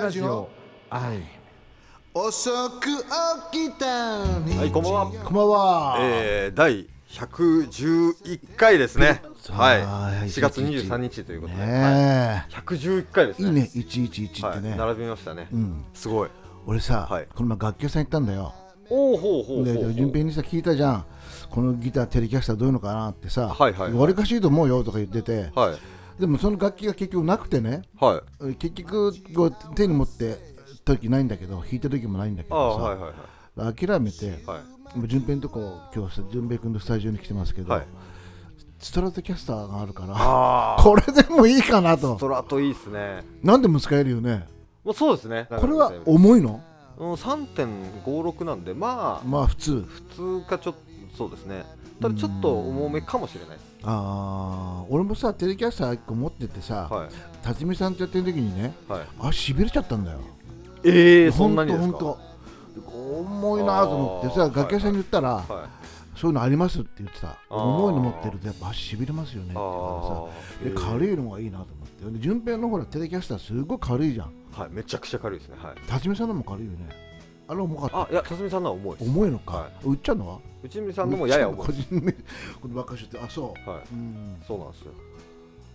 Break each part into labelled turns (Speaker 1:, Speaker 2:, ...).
Speaker 1: ラジオ
Speaker 2: はい
Speaker 1: 遅く起きた
Speaker 3: はい、こんばんは。
Speaker 2: こんばんは、
Speaker 3: えー、第111回ですね。はい。4月23
Speaker 2: 111
Speaker 3: 日ということで。はい
Speaker 2: ね
Speaker 3: 111回です
Speaker 2: えいい
Speaker 3: ね。
Speaker 2: ね111ってね、
Speaker 3: はい、並びましたね。すごい。
Speaker 2: 俺さ、
Speaker 3: はい
Speaker 2: この前楽器屋さん行ったんだよ
Speaker 3: おおほうほうほ
Speaker 2: で
Speaker 3: うほ
Speaker 2: で
Speaker 3: う。
Speaker 2: 順平にさ聞いたじゃんこのギターテレキャスターどういうのかなってさ、
Speaker 3: はいはいはい
Speaker 2: わりかしいと思うよとか言ってて、
Speaker 3: はい。
Speaker 2: でもその楽器が結局なくてね
Speaker 3: はい。
Speaker 2: 結局こう手に持って時ないんだけど弾いた時もないんだけ
Speaker 3: ああ、
Speaker 2: どさ、
Speaker 3: はいはいはい。
Speaker 2: 諦めて、
Speaker 3: はい。
Speaker 2: もう順平のとこ今日さ順平君のスタジオに来てますけど、
Speaker 3: はい
Speaker 2: ストラトキャスターがあるから
Speaker 3: ああ、
Speaker 2: これでもいいかな
Speaker 3: スト
Speaker 2: と
Speaker 3: ラトいいっすね。
Speaker 2: なんでも使えるよね
Speaker 3: もうそうですね。
Speaker 2: これは重いの
Speaker 3: うん3.56なんで、まあ、
Speaker 2: まあ普通
Speaker 3: 普通かちょっと、そうですね。ただちょっと重めかもしれないです。
Speaker 2: あー俺もさテレキャスター1個持っててさ、
Speaker 3: はい。
Speaker 2: 辰巳さんとやってる時にね
Speaker 3: はい。
Speaker 2: あしびれちゃったんだよ
Speaker 3: ええー、そ
Speaker 2: ほ
Speaker 3: ん
Speaker 2: ん
Speaker 3: なに
Speaker 2: と
Speaker 3: です
Speaker 2: ほん
Speaker 3: か
Speaker 2: と重いなと思ってさ
Speaker 3: あー
Speaker 2: 楽器屋さんに言ったら、
Speaker 3: はい。
Speaker 2: そういうのありますって言ってた
Speaker 3: あー
Speaker 2: 重いの持ってるとやっぱ足しびれますよねって言う
Speaker 3: あ
Speaker 2: からさで
Speaker 3: あ。
Speaker 2: 軽いのがいいなと思ってで順平のほらテレキャスターすごい軽いじゃん
Speaker 3: はい、めちゃくちゃ軽いですね。はい。
Speaker 2: 辰巳さんのも軽いよねあれ重かった
Speaker 3: あ、いや、辰巳さんのは重いです。
Speaker 2: 重いのか、
Speaker 3: は
Speaker 2: 売っちゃうのは
Speaker 3: 内海さんのもやや
Speaker 2: 売っちゃうの
Speaker 3: 重
Speaker 2: 個
Speaker 3: い。
Speaker 2: 人名こればっかしってあそう、
Speaker 3: はい。
Speaker 2: うん
Speaker 3: そうなんですよ。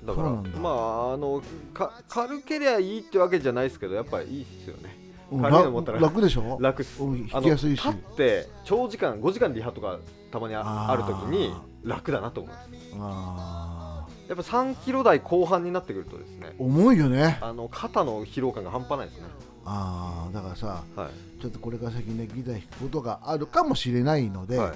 Speaker 3: だから、
Speaker 2: そうなんだ
Speaker 3: まあ、あの、か、軽けりゃいいってわけじゃないですけど、やっぱいいですよね。
Speaker 2: うん
Speaker 3: 軽いの持ったら
Speaker 2: 楽楽でしょ
Speaker 3: 楽っす。
Speaker 2: うん弾
Speaker 3: あ
Speaker 2: き
Speaker 3: の
Speaker 2: やすいし
Speaker 3: 立って長時間5時間リハとかたまにあ
Speaker 2: あー
Speaker 3: あるときに楽だなと思います
Speaker 2: あー
Speaker 3: やっぱ3キロ台後半になってくるとですね
Speaker 2: 重いよね
Speaker 3: あの肩の疲労感が半端ないですね
Speaker 2: ああだからさ
Speaker 3: は
Speaker 2: ちょっとこれから先ねギター弾くことがあるかもしれないの
Speaker 3: い、
Speaker 2: で、
Speaker 3: はい、
Speaker 2: あ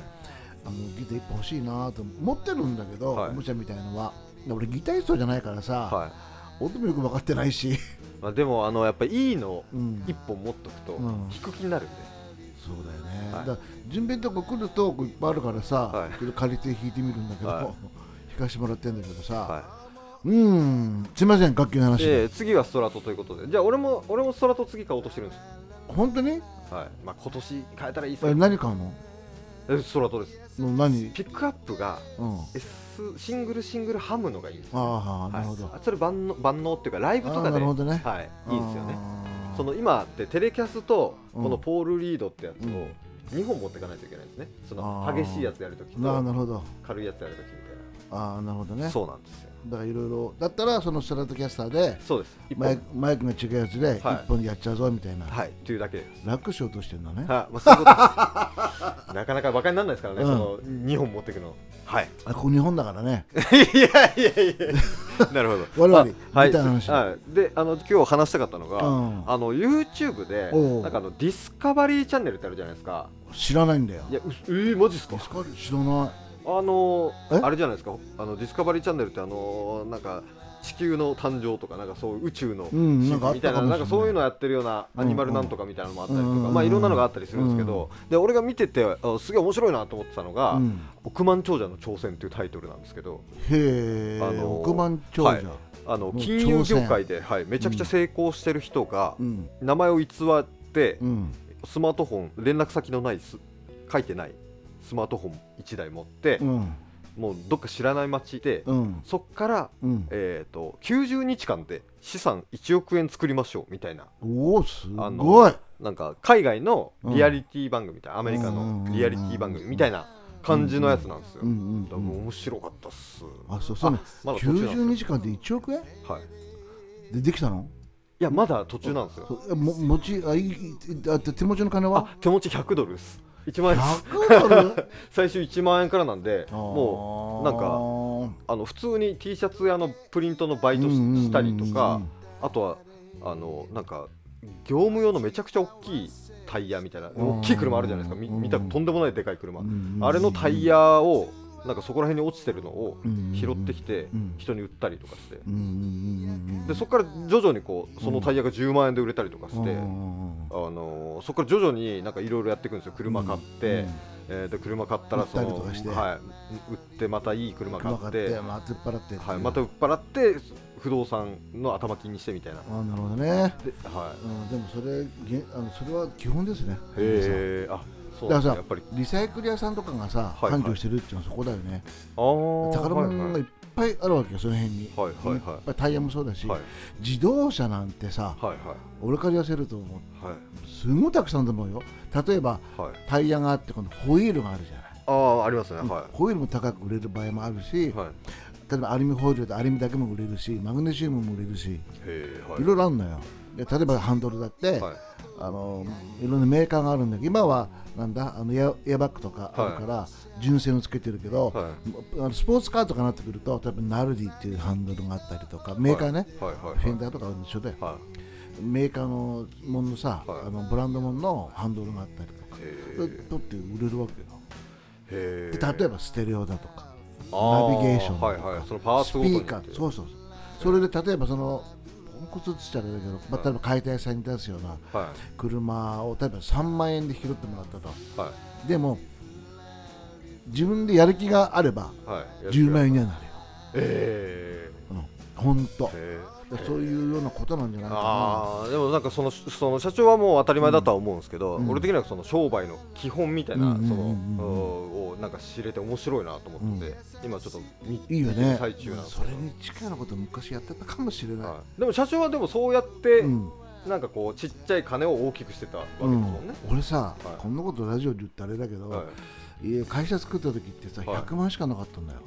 Speaker 2: のギター一本欲しいなと持ってるんだけど、
Speaker 3: はい
Speaker 2: おもちゃみたいのは俺ギタリストじゃないからさ、
Speaker 3: はい
Speaker 2: 音もよく分かってないし、
Speaker 3: まあ、でもあのやっぱいいの
Speaker 2: うん
Speaker 3: 1本持っとくと
Speaker 2: うん
Speaker 3: 引く気になるんで、
Speaker 2: そうだよね、
Speaker 3: はい
Speaker 2: だ順平のとこ来るとこいっぱいあるからさ、
Speaker 3: はい
Speaker 2: ちょっと借りて弾いてみるんだけど、
Speaker 3: はい
Speaker 2: 弾かしてもらってんだけどさ、
Speaker 3: はい、
Speaker 2: うーんすいません楽器の話で、
Speaker 3: で次はストラトということでじゃあ俺も俺もストラト次買おうとしてるんです
Speaker 2: 本当に
Speaker 3: よはいまあ今年変えたらいいで
Speaker 2: あ
Speaker 3: すけ
Speaker 2: れ
Speaker 3: ど
Speaker 2: 何買うの
Speaker 3: えストラトです
Speaker 2: の何、
Speaker 3: ピックアップが
Speaker 2: うん、あ
Speaker 3: S シングルシングルハムのがいいんですよ
Speaker 2: あー
Speaker 3: は
Speaker 2: ないるほど、あ
Speaker 3: それ万能万能っていうかライブ
Speaker 2: あ
Speaker 3: とか
Speaker 2: ー
Speaker 3: で
Speaker 2: なるほどね、
Speaker 3: はい、いいですよね
Speaker 2: あー
Speaker 3: その今ってテレキャスと
Speaker 2: うん
Speaker 3: このポールリードってやつ
Speaker 2: うん
Speaker 3: を2本持っていかないといけないんですねそ
Speaker 2: あ
Speaker 3: の
Speaker 2: ー
Speaker 3: 激しいやつやるとき
Speaker 2: なな
Speaker 3: と
Speaker 2: るほど
Speaker 3: 軽いやつやるときみた
Speaker 2: ああなるほど
Speaker 3: いな、
Speaker 2: ね
Speaker 3: そうなんですよ
Speaker 2: だからいろいろだったらそのストラトキャスターで
Speaker 3: そうです1
Speaker 2: マイ
Speaker 3: 本
Speaker 2: クマイクの違うやつで
Speaker 3: はい
Speaker 2: 一本でやっちゃうぞみたいな、
Speaker 3: はいというだ けです
Speaker 2: 楽しようとしてるんだね、
Speaker 3: はい、まあ、そういうことですなかなかバカにならないですからね、
Speaker 2: うん
Speaker 3: その2本持っていくのはい
Speaker 2: あここ日本だからね
Speaker 3: いやいやいやなるほど
Speaker 2: 我々
Speaker 3: あはい
Speaker 2: ギターの話
Speaker 3: はい、であの今日話したかったのが、
Speaker 2: うん
Speaker 3: あの YouTube で
Speaker 2: おう
Speaker 3: なんかあのディスカバリーチャンネルってあるじゃないですか
Speaker 2: 知らないんだよ
Speaker 3: いやうえー、マジですか
Speaker 2: 助かる知らない
Speaker 3: あの
Speaker 2: え
Speaker 3: あれじゃないですかあのディスカバリーチャンネルってあのなんか地球の誕生とかなんかそういう宇宙の、
Speaker 2: うんなんかあっ
Speaker 3: みた
Speaker 2: た
Speaker 3: い
Speaker 2: か
Speaker 3: な
Speaker 2: もしれな
Speaker 3: ないんかそういうのやってるようなアニマルなんとかみたいなのもあったりとか、
Speaker 2: うんうん
Speaker 3: まあいろんなのがあったりするんですけど、で俺が見ててあすげえ面白いなと思ってたのが、
Speaker 2: うん
Speaker 3: 億万長者の挑戦というタイトルなんですけど
Speaker 2: へえ、
Speaker 3: あのー
Speaker 2: 億万長者、
Speaker 3: はいあの
Speaker 2: もう
Speaker 3: 金融業界で、はい、めちゃくちゃ成功してる人が
Speaker 2: うん
Speaker 3: 名前を偽って
Speaker 2: うん
Speaker 3: スマートフォン連絡先のないす書いてないスマートフォン1台持って
Speaker 2: う、ん
Speaker 3: もうどっか知らない町で、
Speaker 2: うん
Speaker 3: そっから、
Speaker 2: うん
Speaker 3: えー、と90日間で資産1億円作りましょうみたいな
Speaker 2: おおす
Speaker 3: あ
Speaker 2: ごい
Speaker 3: のなんか海外のリアリティ番組みたいな、アメリカ
Speaker 2: うん
Speaker 3: のリアリティ番組みたいな感じのやつなんですよ、
Speaker 2: うんうん
Speaker 3: だから面白かったっす
Speaker 2: あそうそうね
Speaker 3: まだ途中なん
Speaker 2: 92時間で1億円
Speaker 3: ですはい、い
Speaker 2: でできたの
Speaker 3: やまだ途中なんですよ
Speaker 2: そうえも持ちあいいあ手持ちの金は
Speaker 3: あ手持ち100ドルです1万円です
Speaker 2: 100ドル
Speaker 3: 最終1万円からなんで もう
Speaker 2: も
Speaker 3: なんかあの普通に T シャツ屋のプリントのバイトししたりとか、あとはあのなんか業務用のめちゃくちゃ大きいタイヤみたいな
Speaker 2: うん
Speaker 3: 大きい車あるじゃないですかみ見たとんでもないでかい車
Speaker 2: うん
Speaker 3: あれのタイヤをなんかそこら辺に落ちてるのを拾ってきて
Speaker 2: うん
Speaker 3: 人に売ったりとかして
Speaker 2: うんうん
Speaker 3: でそこから徐々にこうそのタイヤが10万円で売れたりとかして。
Speaker 2: うん
Speaker 3: あのそこから徐々になんかいろいろやっていくんですよ、車買って、えーで車買ったらそ
Speaker 2: 売
Speaker 3: の
Speaker 2: ったりとかして
Speaker 3: はい、売って、またいい車買
Speaker 2: 車
Speaker 3: っ、
Speaker 2: 買っててまあ突っ張って
Speaker 3: はい、また売っ払って不動産の頭金にしてみたいな。
Speaker 2: あなるほどね
Speaker 3: では
Speaker 2: うんでもそれげあのそれは基本ですね
Speaker 3: い、へえあそうな
Speaker 2: だ
Speaker 3: ん
Speaker 2: か
Speaker 3: だ
Speaker 2: らさ
Speaker 3: やっぱり
Speaker 2: リサイクル屋さんとかがさ
Speaker 3: はいは
Speaker 2: 繁
Speaker 3: い
Speaker 2: 盛してるっていうのはそこだよね
Speaker 3: あー
Speaker 2: 宝物
Speaker 3: はい
Speaker 2: が
Speaker 3: はいい
Speaker 2: っぱいあるわけよその辺に、
Speaker 3: はいはいはい
Speaker 2: っぱいタイヤもそうだし、
Speaker 3: はい
Speaker 2: 自動車なんてさ、
Speaker 3: はい
Speaker 2: 俺から言わせるとも
Speaker 3: はいはいう
Speaker 2: すごいたくさんだと思うよ例えば
Speaker 3: はい
Speaker 2: タイヤがあってこのホイールがあるじゃない
Speaker 3: ああありますねはい
Speaker 2: ホイールも高く売れる場合もあるし、
Speaker 3: はい
Speaker 2: 例えばアルミホイールとアルミだけも売れるしマグネシウムも売れるし、
Speaker 3: へえはい
Speaker 2: いろいろあるのよで例えばハンドルだって、
Speaker 3: はい
Speaker 2: あのいろんなメーカーがあるんだけど今はなんだあのエアエアバッグとかあるから純正のつけてるけど、
Speaker 3: は
Speaker 2: あのスポーツカーとかになってくると例えばナルディっていうハンドルがあったりとかメーカーね、
Speaker 3: はいはいはい
Speaker 2: フェンダーとか一緒だよ、
Speaker 3: はい
Speaker 2: メーカーのもののさ、
Speaker 3: はい
Speaker 2: あのブランドもののハンドルがあったりとか、
Speaker 3: へ
Speaker 2: それ取って売れるわけよ
Speaker 3: え
Speaker 2: で例えばステレオだとか
Speaker 3: あ
Speaker 2: ナビゲーションとか
Speaker 3: はいはいそのパー
Speaker 2: ス
Speaker 3: ツ
Speaker 2: ピ
Speaker 3: ごとに
Speaker 2: ーカーそうそうそうそれで例えばそのポンコツっつっちゃあれだけど、まあ、例えば解体屋さんに出すような
Speaker 3: は
Speaker 2: 車を例えば3万円で拾ってもらったと
Speaker 3: いは
Speaker 2: でも自分でやる気があれば
Speaker 3: いはい
Speaker 2: 10万円にはなるよ
Speaker 3: え
Speaker 2: うん本当
Speaker 3: えへえ
Speaker 2: そういうようなことなんじゃないかな
Speaker 3: あーでもなんかそのその社長はもう当たり前だとは思うんですけど、俺的にはその商売の基本みたいな、
Speaker 2: うんうんうんうん
Speaker 3: そのうんをなんか知れて面白いなと思ってて、今ちょっと見
Speaker 2: いいよね
Speaker 3: 最中なんです
Speaker 2: そ
Speaker 3: け
Speaker 2: れ
Speaker 3: ど
Speaker 2: に近いなこと昔やってたかもしれない、
Speaker 3: はい、でも社長はでもそうやって、
Speaker 2: うん
Speaker 3: なんかこうちっちゃい金を大きくしてたわけ
Speaker 2: う
Speaker 3: ですもん
Speaker 2: ん
Speaker 3: ね、
Speaker 2: 俺さ、
Speaker 3: はい
Speaker 2: こんなことラジオで言ってあれだけど、
Speaker 3: はい、
Speaker 2: 家会社作った時ってさ
Speaker 3: はい
Speaker 2: 100万しかなかったんだよ、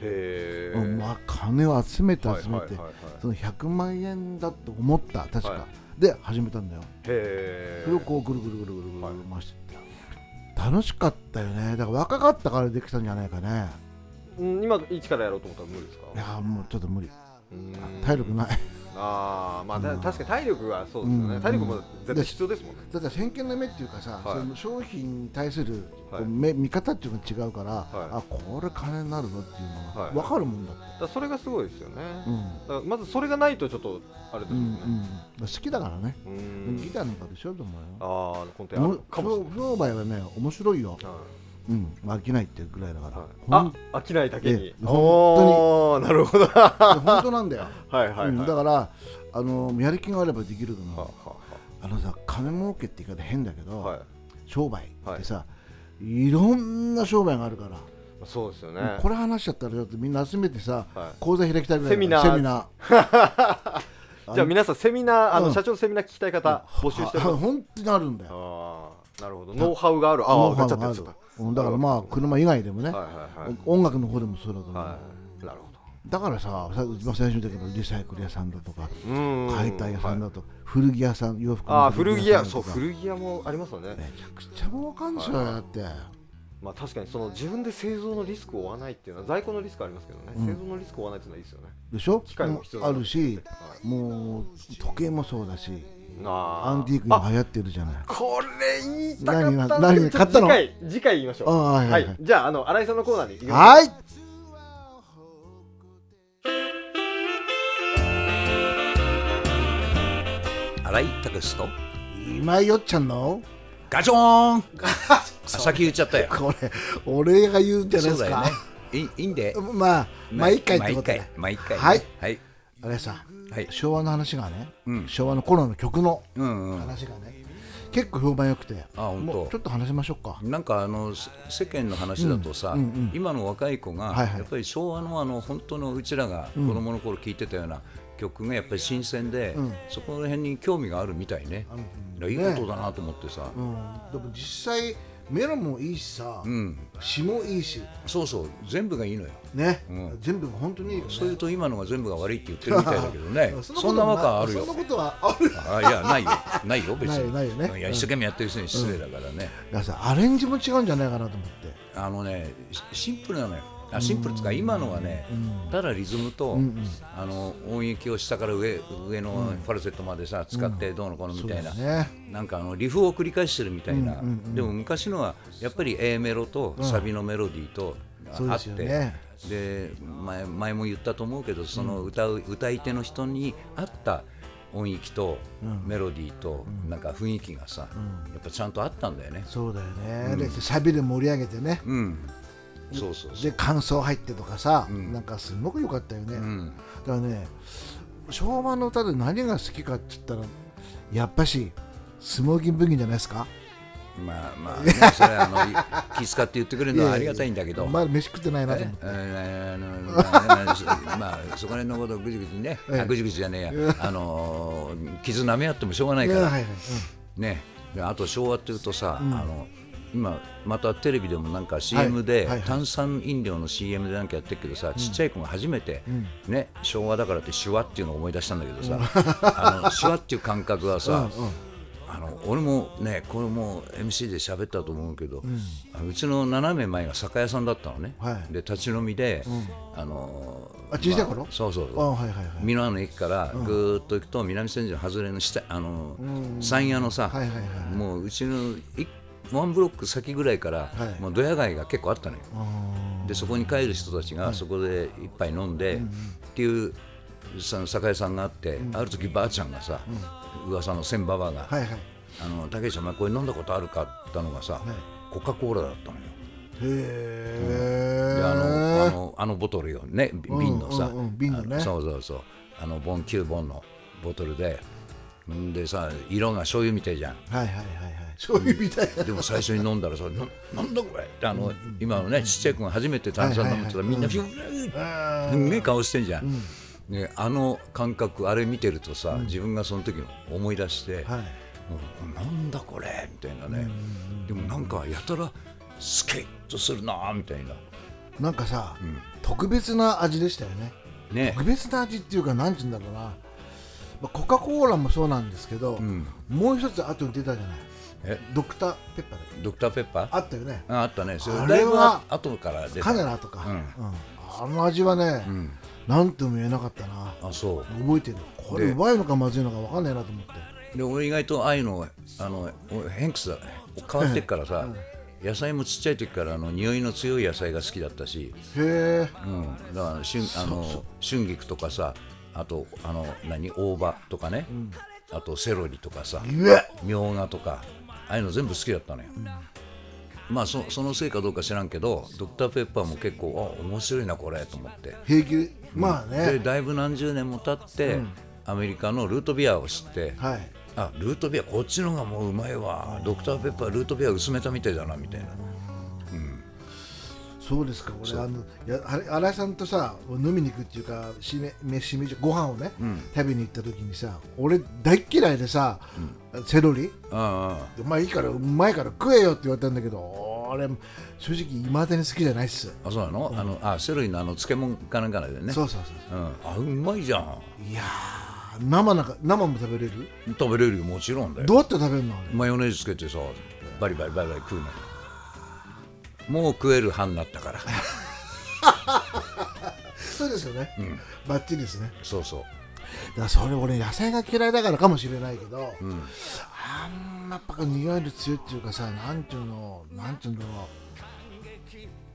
Speaker 3: へ
Speaker 2: うん
Speaker 3: ー
Speaker 2: まあ、金を集めて集めて、
Speaker 3: はいはいはいはい
Speaker 2: その100万円だと思った確か、
Speaker 3: は
Speaker 2: で始めたんだよ
Speaker 3: へ
Speaker 2: それをこうぐるぐるぐるぐるぐる
Speaker 3: はい
Speaker 2: 回してって、楽しかったよねだから若かったからできたんじゃないかね
Speaker 3: う、うん、今一からやろうと思ったら無理ですか
Speaker 2: いやーもうちょっと無理
Speaker 3: うん
Speaker 2: 体力ない
Speaker 3: ああまあ、
Speaker 2: う
Speaker 3: た
Speaker 2: ん
Speaker 3: 確かに体力はそうですよね、
Speaker 2: うん
Speaker 3: 体力も絶対必要ですもんね
Speaker 2: だって先見の目っていうかさ、
Speaker 3: はい
Speaker 2: その商品に対するこう
Speaker 3: はい
Speaker 2: 目見方っていうのが違うから、
Speaker 3: い
Speaker 2: あこれ金になるぞっていうの
Speaker 3: は
Speaker 2: が
Speaker 3: い
Speaker 2: 分かるもんだって、
Speaker 3: だからそれがすごいですよね、
Speaker 2: うん
Speaker 3: だからまずそれがないとちょっとあれです
Speaker 2: う
Speaker 3: よ
Speaker 2: ん
Speaker 3: ね。
Speaker 2: うん、好きだからね、
Speaker 3: う
Speaker 2: ギ
Speaker 3: ん。
Speaker 2: ターなんかでしょと思うよ
Speaker 3: ああ、本当にあ
Speaker 2: も
Speaker 3: るかもしれない。
Speaker 2: 商売はね面白いよ、うん、まあ飽きないっていうぐらいだから、
Speaker 3: は
Speaker 2: ほん
Speaker 3: いあ、飽きないだけに
Speaker 2: え。え
Speaker 3: おお、なるほど。はい
Speaker 2: や本当なんだよ、
Speaker 3: はいはい。
Speaker 2: うん、だ
Speaker 3: は
Speaker 2: からあのやる気があればできるの、
Speaker 3: あは
Speaker 2: あのさ金儲けって言い方変だけ
Speaker 3: あ
Speaker 2: ど、
Speaker 3: はい。
Speaker 2: 商売ってさ、い、ろんな商売があるから、
Speaker 3: そうですよね。
Speaker 2: これ話しちゃったらちょっとみんな集めてさ、
Speaker 3: はい
Speaker 2: 講座開きたいぐらいだから
Speaker 3: セミナー
Speaker 2: セミナ
Speaker 3: じゃあ皆さんセミナー、あ
Speaker 2: う
Speaker 3: の
Speaker 2: ん
Speaker 3: 社長のセミナー聞きたい方募集して
Speaker 2: ー
Speaker 3: ます。あ
Speaker 2: 本当にあるんだよ
Speaker 3: あ、なるほど。ノウハウがある。ああ、
Speaker 2: ノウ
Speaker 3: 分
Speaker 2: ハ
Speaker 3: かっ
Speaker 2: ウ
Speaker 3: ちゃ
Speaker 2: が
Speaker 3: っ
Speaker 2: あ
Speaker 3: たや
Speaker 2: る
Speaker 3: つだ。
Speaker 2: うんだからまあ車以外でもね、
Speaker 3: はいはいはい。
Speaker 2: 音楽の方でもそうだと思う、
Speaker 3: はい。なるほど。
Speaker 2: だからささ一番最初に言ったけどリサイクル屋さんだとか
Speaker 3: うん
Speaker 2: 解体屋さんだとか、古着屋さん洋服
Speaker 3: あ
Speaker 2: の
Speaker 3: あ、古着
Speaker 2: さ
Speaker 3: 屋、
Speaker 2: んだ
Speaker 3: そ
Speaker 2: と
Speaker 3: う、
Speaker 2: か
Speaker 3: 古着屋もありますよね。
Speaker 2: めちゃくちゃ儲かんじゃん、
Speaker 3: はい
Speaker 2: だって
Speaker 3: まあ確かにその自分で製造のリスクを負わないっていうのは在庫のリスクありますけどね、製造のリスクを負わないっていうのはいいですよね。
Speaker 2: でしょ
Speaker 3: 機械も必要
Speaker 2: も
Speaker 3: だ
Speaker 2: うあ
Speaker 3: な
Speaker 2: るし
Speaker 3: は
Speaker 2: もう時計もそうだし
Speaker 3: なあ
Speaker 2: アンティーク今流行ってるじゃない
Speaker 3: これ言いたかったん
Speaker 2: 何
Speaker 3: です
Speaker 2: 何
Speaker 3: けど
Speaker 2: 買ったの
Speaker 3: 次回次回言いましょう
Speaker 2: ああは
Speaker 3: はいい、
Speaker 2: はいはい
Speaker 3: じゃああの新井さんのコーナーに行きましょう
Speaker 2: はい
Speaker 1: 新井武と
Speaker 2: 今井よっちゃんの
Speaker 1: ガチョー ンあ先言っちゃったよ
Speaker 2: これ俺が言うんじゃないで
Speaker 1: そう
Speaker 2: す
Speaker 1: だよ
Speaker 2: か、
Speaker 1: ねいいいんで
Speaker 2: まあ毎回ってことね
Speaker 1: 毎回毎回
Speaker 2: はい
Speaker 1: ねはい
Speaker 2: あれさ
Speaker 1: はい
Speaker 2: 昭和の話がね、
Speaker 1: うん
Speaker 2: 昭和の頃の曲の
Speaker 1: うんうん
Speaker 2: 話がね、結構評判良くて
Speaker 1: あ本当
Speaker 2: もうちょっと話しましょうか
Speaker 1: なんかあのせ世間の話だとさ、今の若い子が、
Speaker 2: はいはい
Speaker 1: やっぱり昭和のあの本当のうちらが子供の頃聴いてたような曲がやっぱり新鮮で、そこら辺に興味があるみたいね、いいことだなと思ってさ、
Speaker 2: うん、でも実際メロもいいしさ、詩もいいし
Speaker 1: そうそう全部がいいのよ
Speaker 2: ね、全部本当にいいよね
Speaker 1: そういうと今のが全部が悪いって言ってるみたいだけどね
Speaker 2: こと
Speaker 1: そんな中あるよ
Speaker 2: そんなことはある
Speaker 1: あいやないよないよ別 に
Speaker 2: ないないよね
Speaker 1: や一生懸命やってる人に失礼だからね、
Speaker 2: いやさアレンジも違うんじゃないかなと思って
Speaker 1: あのねシシンプルなのよあシンプルっつうか今のはね、ただリズムと、あの音域を下から上上のファルセットまでさ使ってどうのこうのみたいな、
Speaker 2: そうだね
Speaker 1: なんかあのリフを繰り返してるみたいな、でも昔のはやっぱり A メロとサビのメロディーと
Speaker 2: そう
Speaker 1: あ
Speaker 2: で
Speaker 1: っ
Speaker 2: す
Speaker 1: て、
Speaker 2: よね
Speaker 1: で前前も言ったと思うけどその歌う、歌い手の人に合った音域とメロディーとなんか雰囲気がさ、やっぱちゃんとあったんだよね。
Speaker 2: そうだよね、でサビで盛り上げてね、
Speaker 1: うん、そうそうそう
Speaker 2: で感想入ってとかさ、なんかすごく良かったよね、だからね昭和の歌で何が好きかって言ったらやっぱし「スモーキンブギー」じゃないですか
Speaker 1: まあまあ、ね、それはあ のい気遣って言ってくれるのはありがたいんだけど、
Speaker 2: まだ飯食ってないなと思
Speaker 1: ね
Speaker 2: って。
Speaker 1: えーあのまあそまあそこら辺のことをぐじぐじね、
Speaker 2: ええ
Speaker 1: あぐじぐじじゃねえや、あのー傷舐め合ってもしょうがない
Speaker 2: い
Speaker 1: か
Speaker 2: や
Speaker 1: ら、
Speaker 2: はいはい
Speaker 1: ね、であと昭和っていうとさ、あの今またテレビでもなんか CM
Speaker 2: は
Speaker 1: で、
Speaker 2: いはいはい
Speaker 1: 炭酸飲料の CM でなんかやってるけどさ、ちっちゃい子が初めて、ね、昭和だからって手話っていうのを思い出したんだけどさ、 あの手話っていう感覚はさ、あの俺もねこれも MC で喋ったと思うけど、あのうちの斜め前が酒屋さんだったのね、
Speaker 2: はい
Speaker 1: で立ち飲みで、あの
Speaker 2: あ小さい頃
Speaker 1: そうそう
Speaker 2: うん。あはいはいはい。
Speaker 1: ミラノ駅からぐーっと行くと南千住の外れの下あの山谷のさ、
Speaker 2: はいはいは
Speaker 1: もううちのいワンブロック先ぐらいから、
Speaker 2: はい
Speaker 1: もうドヤ街が結構あったのよ
Speaker 2: あ
Speaker 1: でそこに帰る人たちがそこで一杯飲んで、っていうその酒屋さんがあって、ある時ばあちゃんがさ、噂の千ばばが、
Speaker 2: ーはいはい。
Speaker 1: あの竹内お前これ飲んだことあるかって言ったのがさ、コカ・コーラだったのよ
Speaker 2: へえ。
Speaker 1: であのあのあのボトルよねび瓶のさ、
Speaker 2: うんうんうん瓶のね
Speaker 1: あそうそうそうあのボン9本のボトルでんでさ色が醤油みたいじゃん
Speaker 2: はいはいはいはい。醤油みたいな。
Speaker 1: でも最初に飲んだらさ「 ななんだこれ」ってあの、今のねちっちゃい子が初めて炭酸飲むって言ったらみんなフューッ
Speaker 2: あ
Speaker 1: すんげえ顔してんじゃん、ね、あの感覚あれ見てるとさ、自分がその時の思い出して、
Speaker 2: はい
Speaker 1: もうなんだこれみたいなね、でもなんかやたらスケッとするなみたいな
Speaker 2: ーなんかさ、特別な味でしたよね。
Speaker 1: ね
Speaker 2: 特別な味っていうかなんて言うんだろうな。まあコカコーラもそうなんですけど、もう一つ後に出たじゃない。
Speaker 1: え
Speaker 2: ドクターペッパーだっけ
Speaker 1: ドクターペッパー
Speaker 2: あったよね。
Speaker 1: ああったねそれ
Speaker 2: あ
Speaker 1: だ
Speaker 2: れ
Speaker 1: いぶ
Speaker 2: は
Speaker 1: 後から出た
Speaker 2: カネラとか、
Speaker 1: うん
Speaker 2: うんあの味はね、なんとも言えなかったな
Speaker 1: あそ
Speaker 2: 覚えてるこれ
Speaker 1: で
Speaker 2: うまいのかまずいのか分かんないなと思って
Speaker 1: うで俺意外とああいうのあの俺ヘンクスだ変わってっからさ野菜もちっちゃい時からあの匂いの強い野菜が好きだったし、
Speaker 2: へえ
Speaker 1: うん、だから春あの春菊とかさあとあの何大葉とかね、あとセロリとかさ
Speaker 2: うえ
Speaker 1: みょうがとかああいうの全部好きだったのよ、まあそそのせいかどうか知らんけどドクターペッパーも結構あ面白いなこれと思って
Speaker 2: 平気まあ
Speaker 1: で
Speaker 2: ね
Speaker 1: だいぶ何十年も経って、アメリカのルートビアを知って、
Speaker 2: はい
Speaker 1: あルートビアこっちの方がもううまいわドクターペッパールートビア薄めたみたいだなみたいな
Speaker 2: そうですか俺あのやあれ新井さんとさ飲みに行くっていうかしめ飯飯ご飯をね、食べに行った時にさ俺大嫌いでさ、セロリ
Speaker 1: あ
Speaker 2: お前いいからうまいから食えよって言われたんだけど俺正直いまだに好きじゃないっす、
Speaker 1: ああそうなの,、あのあセロリのあの漬物かなんかだよね、
Speaker 2: そううそうそうそ
Speaker 1: ん、あうまいじゃん
Speaker 2: ういやー生なんか生も食べれる
Speaker 1: 食べれるよもちろんだよ
Speaker 2: どうやって食べるのあれ
Speaker 1: マヨネーズつけてさバリバリバリバリ食うのもう食える派になったから
Speaker 2: そうですよね、バッチリですね
Speaker 1: そうそう
Speaker 2: だからそれ俺野菜が嫌いだからかもしれないけど、あんまやっぱ匂いの強いっていうかさなんていうのなんていうんだろう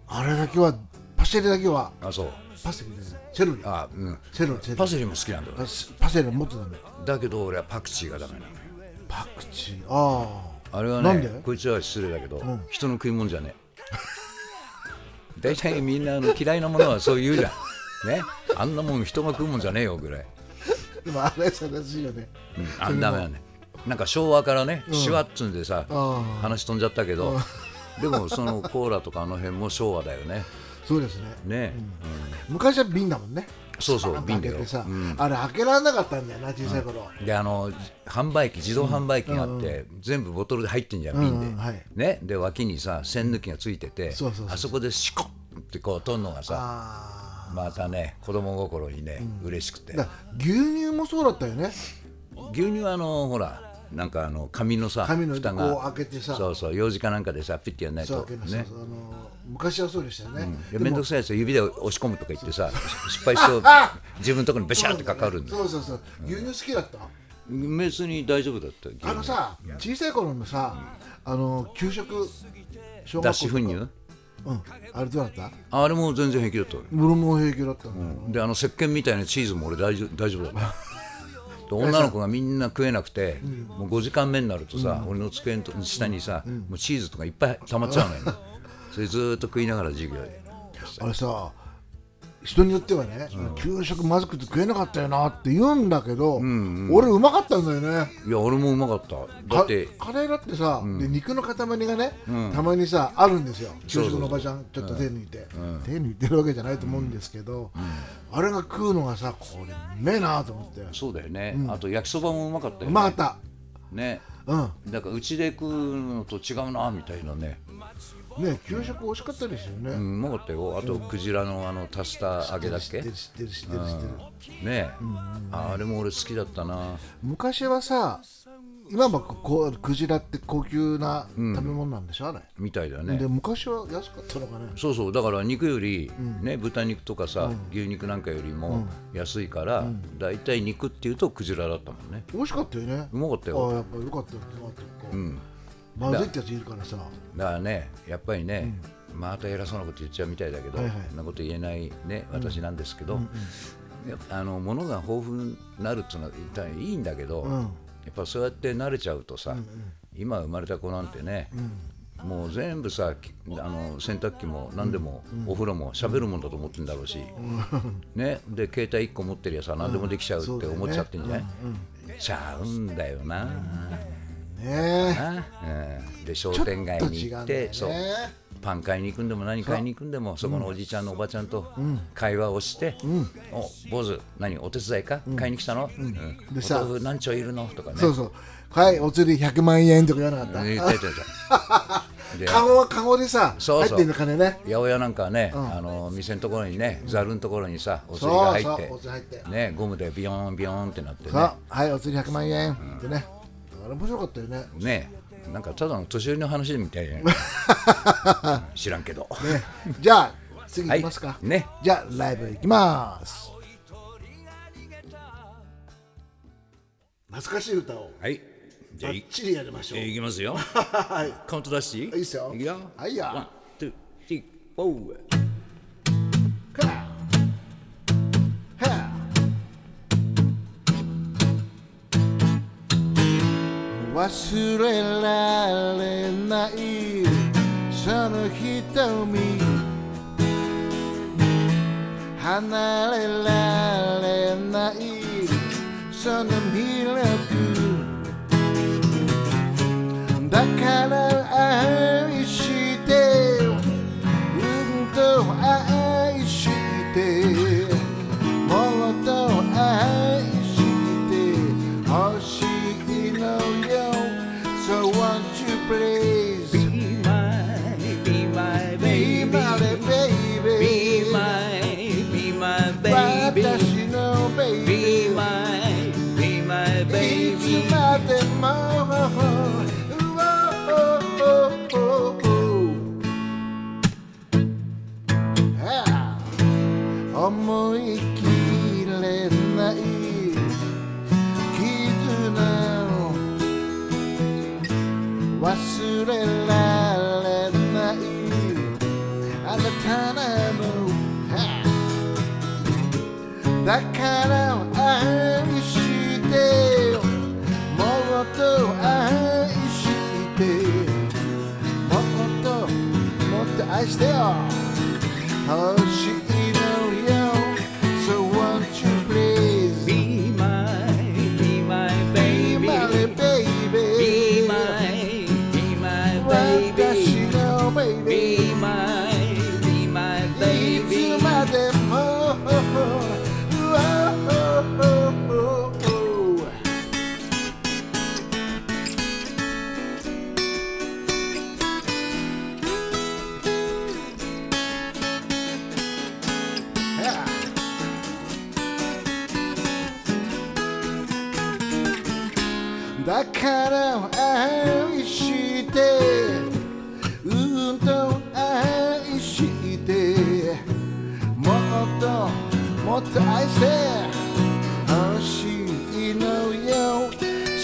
Speaker 2: あれだけはパセリだけは
Speaker 1: あそう
Speaker 2: パセリだよねセロリ
Speaker 1: あうん
Speaker 2: セロリセロリ
Speaker 1: パセリも好きなんだよ
Speaker 2: あすパセリはもっとダメ
Speaker 1: だけど俺はパクチーがダメなのよ
Speaker 2: パクチーああ
Speaker 1: あれは
Speaker 2: なんで
Speaker 1: ねこいつは失礼だけど、人の食い物じゃねえ 大体みんなあの嫌いなものはそう言うじゃんねあんなもん人が食うもんじゃねえよぐらい、
Speaker 2: でもあれさらしいよね
Speaker 1: うん、あんダメだねなんか昭和からね、シュワッツンでさ
Speaker 2: あ
Speaker 1: 話飛んじゃったけど、でもそのコーラとかあの辺も昭和だよね
Speaker 2: そうですね
Speaker 1: ね、
Speaker 2: 昔は瓶だもんね
Speaker 1: そうそう瓶だ
Speaker 2: 開
Speaker 1: よ
Speaker 2: けてさ、
Speaker 1: うん
Speaker 2: あれ開けられなかったんだよな小さい頃、
Speaker 1: であの販売機自動販売機があって、全部ボトルで入ってんじゃん瓶で、
Speaker 2: うんうんはい
Speaker 1: ね、で脇にさ栓抜きがついてて
Speaker 2: そうそうそう
Speaker 1: あそこでシコッってこう取るのがさ
Speaker 2: あ
Speaker 1: またね子供心にね、嬉しくて
Speaker 2: あだから牛乳もそうだったよね
Speaker 1: 牛乳はあのほらなんかあの紙のさ
Speaker 2: 紙の
Speaker 1: 蓋
Speaker 2: こ
Speaker 1: が
Speaker 2: う開けてさ
Speaker 1: そうそう用事かなんかでさピッてやんない
Speaker 2: そう
Speaker 1: と
Speaker 2: 開けます、
Speaker 1: ね
Speaker 2: そうそうあの昔はそうでしたよね、
Speaker 1: いやめんどくさいですよ指で押し込むとか言ってさ失敗しそう自分のとこにベシャーってかかるんだ
Speaker 2: そうそうそう牛乳好きだった、
Speaker 1: 別に大丈夫だった牛乳
Speaker 2: あのさ小さい頃のさあの給食小
Speaker 1: 脱脂粉
Speaker 2: 乳
Speaker 1: 乳
Speaker 2: うんあれどうだった
Speaker 1: あれも全然平気だったよ
Speaker 2: 俺も平気だったんだよ、
Speaker 1: であの石鹸みたいなチーズも俺大丈夫大丈夫だったで女の子がみんな食えなくて、もう5時間目になるとさ、俺の机の下にさ、もうチーズとかいっぱい溜まっちゃうのよそれずーっと食いながら授業で
Speaker 2: あれさ
Speaker 4: 人によってはね、給食まずくて食えなかったよなって言うんだけど、
Speaker 1: んうん
Speaker 4: 俺うまかったんだよね
Speaker 1: いや俺もうまかっただって
Speaker 4: カカレーだってさ、で肉の塊がね、
Speaker 1: うん
Speaker 4: たまにさあるんですよ
Speaker 1: そう
Speaker 4: 給
Speaker 1: そう
Speaker 4: 食のおばちゃんちょっと手抜いて、手抜いてるわけじゃないと思うんですけど、あれが食うのがさこれうめえなと思って
Speaker 1: そうだよね、あと焼きそばもうまかったよ、ね、
Speaker 4: うまかった
Speaker 1: ね
Speaker 4: う
Speaker 1: だからうちで食うのと違うなみたいなね、
Speaker 4: んね給食美味しかったですよね、
Speaker 1: うん、うまかったよあとクジラのあのタスタ揚げだっ
Speaker 4: 知
Speaker 1: け
Speaker 4: ってる知ってる知ってる知ってる
Speaker 1: ねああれも俺好きだったな
Speaker 4: 昔はさ今もこうクジラって高級な食べ物なんでしょあれ、
Speaker 1: みたいだね
Speaker 4: で昔は安かったのかね
Speaker 1: そうそうだから肉より、ね豚肉とかさ、牛肉なんかよりも安いから、だいたい肉っていうとクジラだったもんね
Speaker 4: 美味しかったよね
Speaker 1: うまかったよ
Speaker 4: ああやっぱよかったよよかったようんまずいってやついるからさ
Speaker 1: だからねやっぱりね、また偉そうなこと言っちゃうみたいだけど、
Speaker 4: はいはい
Speaker 1: そんなこと言えないね私なんですけど、やっぱあの物が豊富になるっていうのは一体いいんだけど、やっぱそうやって慣れちゃうとさ、今生まれた子なんてね、もう全部さきあの洗濯機も何でも、お風呂も喋るもんだと思ってるんだろうし、ね、で携帯1個持ってりゃさ何でもできちゃうって思っちゃってんじゃない、ちゃうんだよな。
Speaker 4: ね
Speaker 1: なうん、で商
Speaker 4: えちょっと
Speaker 1: 店街に
Speaker 4: 違
Speaker 1: 行
Speaker 4: う
Speaker 1: っ
Speaker 4: んだ
Speaker 1: て
Speaker 4: よ
Speaker 1: そう
Speaker 4: ね
Speaker 1: パン買いに行くんでも何買いに行くんでもそこのおじちゃんのおばちゃんと会話をして「お坊主何お手伝いか、買いに来たのうん
Speaker 4: で
Speaker 1: お
Speaker 4: さ
Speaker 1: 豆腐何丁いるの?」とかね
Speaker 4: そうそうはいお釣り100万円とか言わなか
Speaker 1: 言
Speaker 4: っ
Speaker 1: ってたじゃ んで
Speaker 4: たカゴはカゴでさ
Speaker 1: そう
Speaker 4: 入
Speaker 1: そ
Speaker 4: っ
Speaker 1: う
Speaker 4: てんの金ね
Speaker 1: 八百屋なんかはね、あの店のところにねざるのところにさお釣りが
Speaker 4: そう
Speaker 1: 入
Speaker 4: そ
Speaker 1: っ
Speaker 4: う
Speaker 1: て
Speaker 4: お釣り入って
Speaker 1: ね、ゴムでビヨーンビヨーンってなって
Speaker 4: そ
Speaker 1: ね
Speaker 4: うはいお釣り100万円ってねあれ面白かったよね
Speaker 1: ねなんかただの年寄りの話みた いなうん知らんけど。
Speaker 4: ねじゃあ次行きますか
Speaker 1: はいね
Speaker 4: じゃあライブ行きます懐かしい歌を
Speaker 1: はいじゃ
Speaker 4: バ
Speaker 1: あ
Speaker 4: ッチリやりましょう
Speaker 1: いきますよ。
Speaker 4: はい
Speaker 1: カウント出していい
Speaker 4: いいっすよ
Speaker 1: いくよ。
Speaker 4: はいや
Speaker 1: ワン、ツー、スリー、フォー。
Speaker 4: かは
Speaker 2: 忘れられないその瞳離れられないその魅力だから愛してうんと愛してもっと愛して欲しいのよ So won't you please
Speaker 5: Be my, be my
Speaker 2: Be
Speaker 5: baby.
Speaker 2: my baby.
Speaker 5: Be my, be my baby.
Speaker 2: 私の baby.
Speaker 5: Be my, be my
Speaker 2: い
Speaker 5: baby.
Speaker 2: つまでも。うわおおおおああ思い切れない絆を忘れられないあなたなのはあだから愛してもっと愛してもっともっと愛してよ欲しいのよ So won't you please
Speaker 5: Be my, be my
Speaker 2: be
Speaker 5: baby.
Speaker 2: my
Speaker 5: Be
Speaker 2: baby
Speaker 5: my, be my
Speaker 2: 私
Speaker 5: baby.
Speaker 2: の
Speaker 5: Be
Speaker 2: baby
Speaker 5: my, be my
Speaker 2: い
Speaker 5: baby.
Speaker 2: つまでも Oh, oh, oh, oh. だから愛してうんと愛してもっともっと愛して欲しいのよ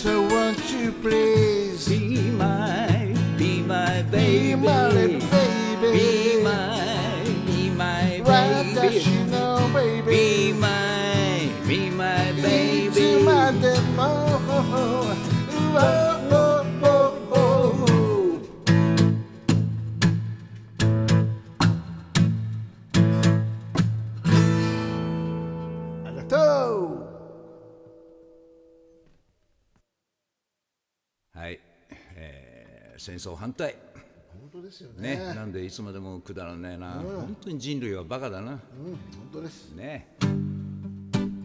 Speaker 2: So won't you please
Speaker 5: Be my, be my
Speaker 2: be my
Speaker 5: baby. Be
Speaker 2: baby
Speaker 5: my, be my
Speaker 2: 私
Speaker 5: baby.
Speaker 2: の baby
Speaker 5: Be my, be my
Speaker 2: いつま
Speaker 5: baby.
Speaker 2: でも Oh, oh, oh, oh.
Speaker 4: い
Speaker 5: えー戦争反対
Speaker 1: 本当ですよね
Speaker 5: ねなんでいつまでもくだらねえな、本当に人類はバカだ
Speaker 1: うん
Speaker 5: な
Speaker 1: 本当です
Speaker 5: ね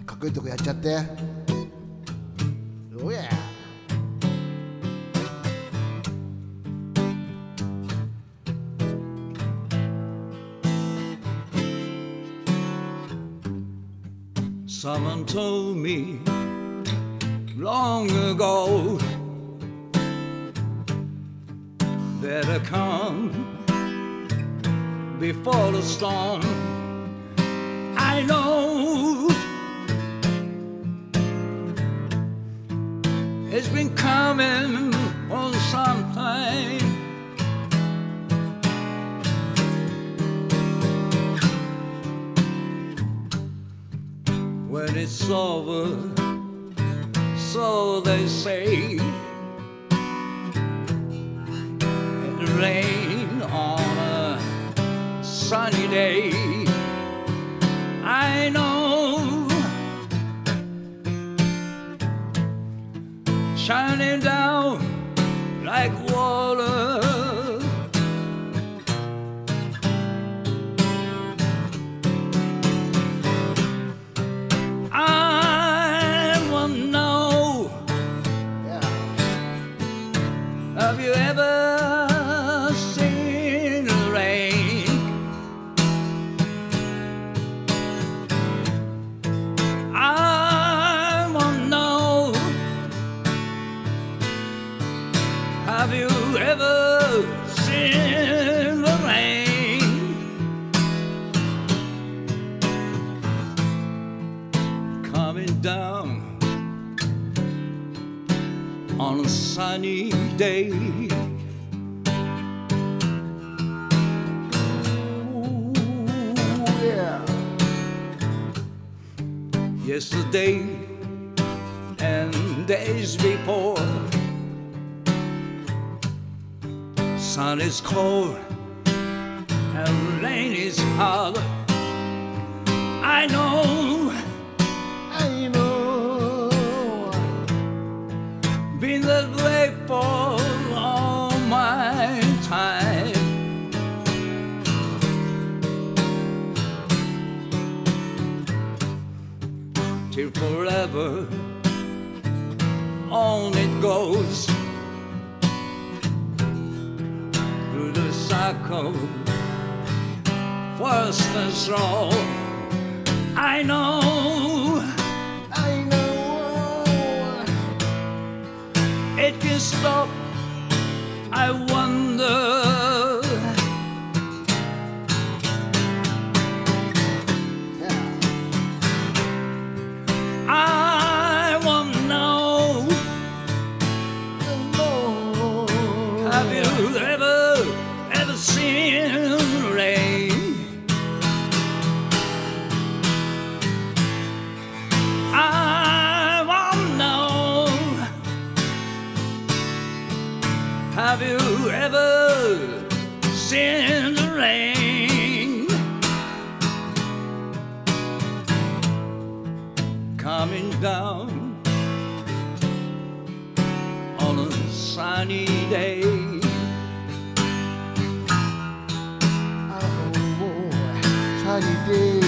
Speaker 1: かっこいいとこやっちゃっておや
Speaker 5: Someone told me long ago that I come before the storm. I know it's been coming for some time. When it's over, so they say. It rained on a sunny day. I know. Shining down like water. I want to know. Have you ever seen the rain? I want to know. Have you ever seen the rain coming down? on a sunny day. Ooh, yeah. Yesterday and days before, sun is cold and rain is hard. I know
Speaker 2: I know
Speaker 5: been that way for all my time. Till forever, on it goes through the cycle, first and slow. I know.
Speaker 2: I know
Speaker 5: it can stop. I wonder. I want to know. Have you ever, ever seen rain? I want to know. Have you ever seen the rain coming down on a sunny day?
Speaker 2: Sunny day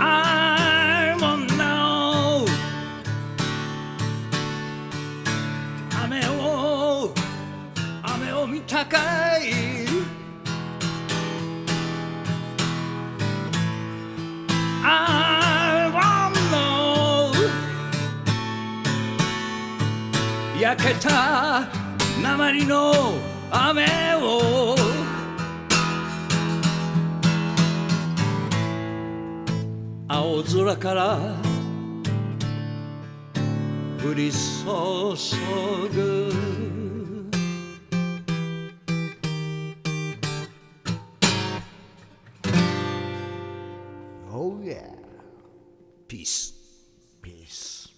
Speaker 5: I want to know.雨を雨を見たかい I want to know 焼けた鉛の雨を青空から降り注ぐ
Speaker 1: おうや
Speaker 5: ピース
Speaker 1: ピース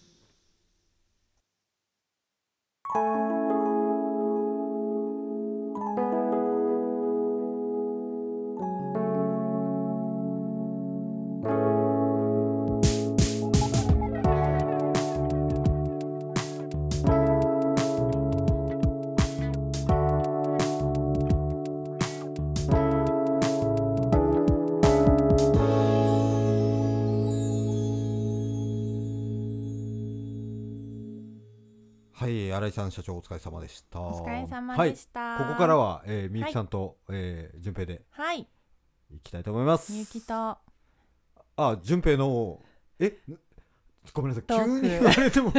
Speaker 2: 「
Speaker 3: はい、新井さん社長お疲れ様でした。
Speaker 6: お疲れ様でした
Speaker 3: はい、ここからは、えー、みゆきさんと、えー、順平で
Speaker 6: はい
Speaker 3: いきたいと思います。
Speaker 6: みゆきと
Speaker 3: あ、順平の、え、ごめんなさい。
Speaker 6: トーク
Speaker 3: 急に言われて も、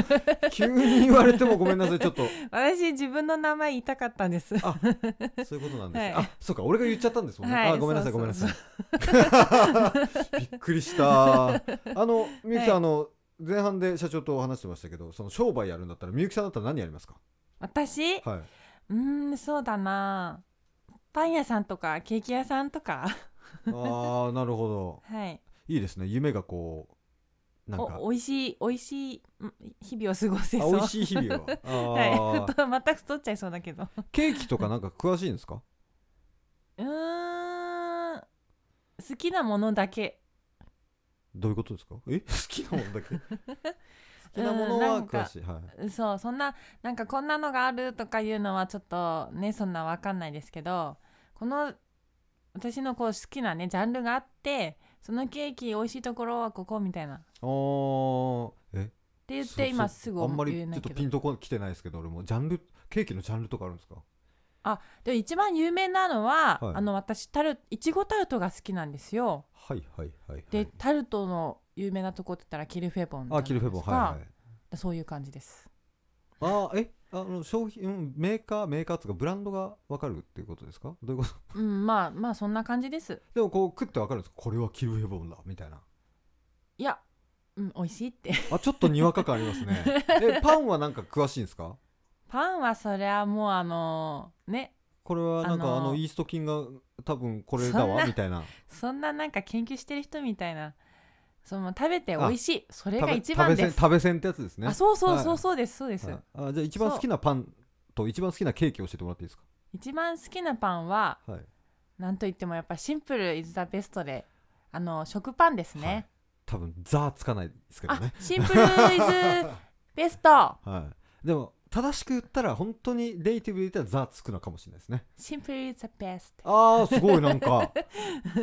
Speaker 3: 急に言われてもごめんなさい。ちょっと、
Speaker 6: 私自分の名前言いたかったんです
Speaker 3: あ そういうことなんです。
Speaker 6: はい
Speaker 3: あ、そうか、俺が言っちゃったんですもんね。
Speaker 6: はい
Speaker 3: あ、ごめんなさい、
Speaker 6: そ
Speaker 3: ご
Speaker 6: う
Speaker 3: めん
Speaker 6: そう
Speaker 3: な
Speaker 6: そ
Speaker 3: さ
Speaker 6: う
Speaker 3: い。 びっくりした。あの、みゆきさん、
Speaker 6: はい
Speaker 3: あの、前半で社長と話してましたけど、その商売やるんだったら、みゆきさんだったら何やりますか。
Speaker 6: 私う
Speaker 3: はい。
Speaker 6: ーんそうだなパン屋さんとかケーキ屋さんと か
Speaker 3: ああ、なるほど。
Speaker 6: はい
Speaker 3: いいですね。夢がこう、なんか、
Speaker 6: お美味しい美味しいん日々を過ごせ
Speaker 3: あ
Speaker 6: そう
Speaker 3: 美味しい日々 を。あ
Speaker 6: はい、
Speaker 3: ー
Speaker 6: 太全く太っちゃいそうだけど
Speaker 3: ケーキとかなんか詳しいんですか。
Speaker 6: うーん好きなものだけ
Speaker 3: どういうことですか。え、好 きなものだ け。好きなものは詳しい。はい。
Speaker 6: そうそんななんかこんなのがあるとかいうのはちょっとねそんなわかんないですけどこの私のこう好きなねジャンルがあってそのケーキ美味しいところはここみたいなっ
Speaker 3: あーえ
Speaker 6: て言っ
Speaker 3: そう
Speaker 6: て今すぐ
Speaker 3: あんまり
Speaker 6: 言え
Speaker 3: ちょ
Speaker 6: な
Speaker 3: っ
Speaker 6: い
Speaker 3: と
Speaker 6: け
Speaker 3: ピ
Speaker 6: ど
Speaker 3: ンとこ来てないですけど俺もジャンルケーキのジャンルとかあるんですか
Speaker 6: でも一番有名なのは、
Speaker 3: はい
Speaker 6: あの私タルいちごタルトが好きなんですよ
Speaker 3: はいはいはい、はい、
Speaker 6: で、タルトの有名なとこって言ったらキルフェボン
Speaker 3: あキルフェボンはいはい
Speaker 6: い、そういう感じです
Speaker 3: あーえあの商品うんメーカーメーカーっていうかブランドが分かるっていうことですかどういうこと
Speaker 6: うんまあまあそんな感じです
Speaker 3: でもこう食って分かるんですかこれはキルフェボンだみたいない
Speaker 6: やうん美味しいって
Speaker 3: あちょっとにわか感ありますねえパンはなんか詳しいんですか
Speaker 6: パンはそりゃもうあのね
Speaker 3: これはなんかあ
Speaker 6: あ
Speaker 3: の
Speaker 6: のー
Speaker 3: イースト菌が多分これだ
Speaker 6: そん
Speaker 3: わ
Speaker 6: な
Speaker 3: みたいな
Speaker 6: そんななんか研究してる人みたいなその食べて美味しいそれ
Speaker 3: 食
Speaker 6: が
Speaker 3: べ
Speaker 6: 一番です
Speaker 3: 食べせん食べせんってやつですね
Speaker 6: あそうそう
Speaker 3: はい
Speaker 6: そうそうです、そうです、
Speaker 3: はいあじゃあ一番好きなパンと一番好きなケーキ教えてもらっていいですか
Speaker 6: 一番好きなパンは
Speaker 3: はい
Speaker 6: なんといってもやっぱシンプルイズザベストであの食パンですね、
Speaker 3: 多分ザーつかないですけどね
Speaker 6: あシンプルイズベスト
Speaker 3: はいでも正しく言ったら本当にネイティブで言ったらザーつくのかもしれないですね
Speaker 6: シンプルイズザベスト
Speaker 3: ああすごいなん か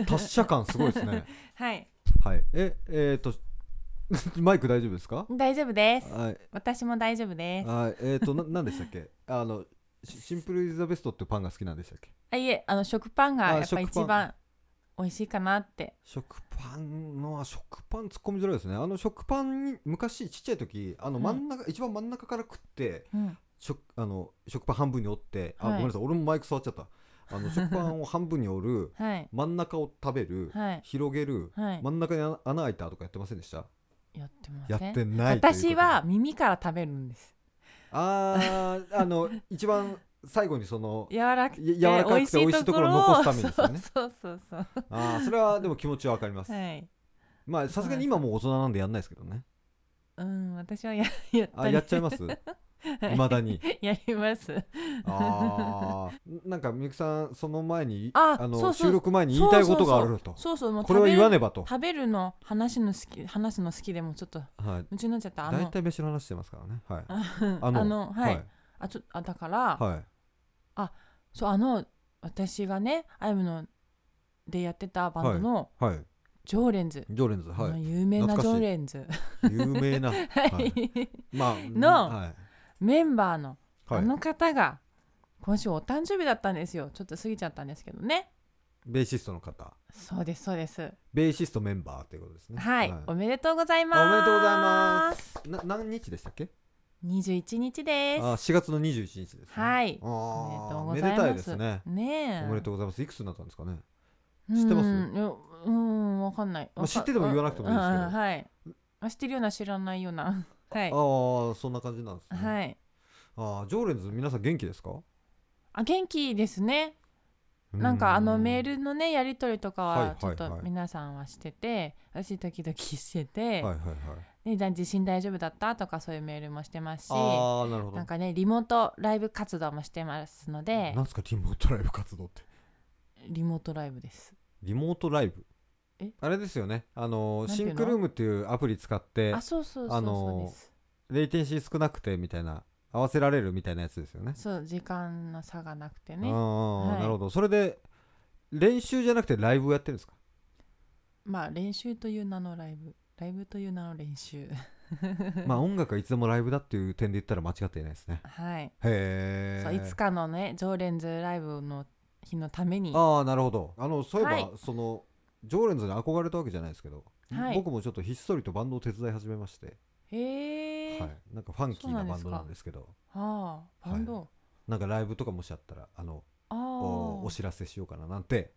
Speaker 3: 達者感すごいですね
Speaker 6: はい
Speaker 3: はいええー、とマイク大丈夫ですか
Speaker 6: 大丈夫です
Speaker 3: はい
Speaker 6: 私も大丈夫です
Speaker 3: はいえー、とな何でしたっけあのシシンプルイズザベストっていうパンが好きなんでしたっけ
Speaker 6: あいえあの食パンがやっぱ
Speaker 3: あ
Speaker 6: 一
Speaker 3: 食パ
Speaker 6: 番美味しいかなって
Speaker 3: 食パンのは食パン突っ込みづらいですねあの食パンに昔ちっちゃい時あの真ん中、一番真ん中から食って
Speaker 6: うん
Speaker 3: 食あの食パン半分に折ってあ、
Speaker 6: はい
Speaker 3: ごめんなさい俺もマイク触っちゃったあの食パンを半分に折る
Speaker 6: はい
Speaker 3: 真ん中を食べる、
Speaker 6: はい
Speaker 3: 広げる、
Speaker 6: はい
Speaker 3: 真ん中に穴穴開いたとかやってませんでした
Speaker 6: やってま
Speaker 3: や
Speaker 6: せ
Speaker 3: っ
Speaker 6: ん
Speaker 3: てないということで
Speaker 6: 私は耳から食べるんです
Speaker 3: あ ーあの一番最後にその
Speaker 6: 柔らかくて
Speaker 3: や柔らかくて美味しいところを残すためですよね
Speaker 6: そうそうそうそ
Speaker 3: あーそれはでも気持ちはわかります、
Speaker 6: うはい
Speaker 3: まあさすがに今もう大人なんでやんないですけどね
Speaker 6: うん私はや やった
Speaker 3: あ
Speaker 6: り
Speaker 3: やっちゃいます
Speaker 6: はい
Speaker 3: 未だに
Speaker 6: やります
Speaker 3: あーなんかみゆきさんその前に
Speaker 6: あ
Speaker 3: の
Speaker 6: そうそう
Speaker 3: 収録前に言いたいことがあると
Speaker 6: そうそうもう
Speaker 3: これは言わ
Speaker 6: ね
Speaker 3: ねばと、
Speaker 6: 食べるの話の好き話すの好きでもうちょっと
Speaker 3: はい、
Speaker 6: 夢中になっちゃったあの
Speaker 3: 大体飯の話してますからねはい
Speaker 6: あのはい、あちょあだから、
Speaker 3: はいはい
Speaker 6: そうあの私がねアイムのでやってたバンドの
Speaker 3: はい
Speaker 6: ジョーレンズ、
Speaker 3: 常連ズ
Speaker 6: あの
Speaker 3: は
Speaker 6: 有名なジ
Speaker 3: 懐かしい
Speaker 6: ョーレンズ、
Speaker 3: い有名なはい
Speaker 6: はい、
Speaker 3: まあ
Speaker 6: の
Speaker 3: はい
Speaker 6: メンバーの
Speaker 3: は
Speaker 6: あ
Speaker 3: い
Speaker 6: の方が今週お誕生日だったんですよちょっと過ぎちゃったんですけどね
Speaker 3: ベーシストの方
Speaker 6: そうですそうです
Speaker 3: ベーシストメンバーということですね
Speaker 6: はい、
Speaker 3: あお
Speaker 6: お
Speaker 3: め
Speaker 6: めでとうございます
Speaker 3: でとうございますな何日でしたっけ
Speaker 6: 21日です
Speaker 3: あ4月の21日ですね
Speaker 6: はい
Speaker 3: あ
Speaker 6: おめで
Speaker 3: ー
Speaker 6: とう
Speaker 3: お
Speaker 6: ご
Speaker 3: め
Speaker 6: ざ
Speaker 3: で
Speaker 6: い
Speaker 3: たい
Speaker 6: ま
Speaker 3: ですすね
Speaker 6: ねえ
Speaker 3: おめでとうございますいくつになったんですかね
Speaker 6: う
Speaker 3: 知ってます
Speaker 6: んいやうんわかんない、
Speaker 3: まあ知ってても言わなくてもいいですけど
Speaker 6: うんうんはいまあ知ってるような知らないようなはい
Speaker 3: ああそんな感じなんですね
Speaker 6: はい
Speaker 3: ああ常連ズ皆さん元気ですか
Speaker 6: あ元気ですねなんかあのメールのねやり取りとか
Speaker 3: はいはい
Speaker 6: は
Speaker 3: はい
Speaker 6: ちょっと皆さんはしてて、私時々してて、
Speaker 3: ルはいはいはい
Speaker 6: ね、だ地震大丈夫だったとかそういうメールもしてますし
Speaker 3: ああなるほど
Speaker 6: なんかねリモートライブ活動もしてますので
Speaker 3: なんですかリモートライブ活動って
Speaker 6: リモートライブです
Speaker 3: リモートライブ
Speaker 6: え
Speaker 3: あれですよねあの
Speaker 6: なんて
Speaker 3: シ
Speaker 6: いうの
Speaker 3: ンクルームっていうアプリ使って
Speaker 6: あそうそうそうそうです、
Speaker 3: あのーレイテンシー少なくてみたいな合わせられるみたいなやつですよね
Speaker 6: そう時間の差がなくて
Speaker 3: あ
Speaker 6: ね
Speaker 3: あ、
Speaker 6: はい
Speaker 3: なるほどそれで練習じゃなくてライブをやってるんですか
Speaker 6: まあ練習という名のライブライブという名の練習
Speaker 3: まあ音楽はいつでもライブだっていう点で言ったら間違っていないですね
Speaker 6: はい、
Speaker 3: へ
Speaker 6: そう
Speaker 3: え
Speaker 6: いつかのね常連ズライブの日のために
Speaker 3: ああなるほどあのそういえば、
Speaker 6: はい
Speaker 3: その常連ズに憧れたわけじゃないですけど、
Speaker 6: はい
Speaker 3: 僕もちょっとひっそりとバンドを手伝い始めまして、
Speaker 6: へえ、
Speaker 3: はい、なんかファンキーなバンド
Speaker 6: そう
Speaker 3: な
Speaker 6: なんん
Speaker 3: ですけど
Speaker 6: ああバンド、
Speaker 3: なんかライブとかもしあったらあの
Speaker 6: ああ
Speaker 3: おお知らせしようかななんて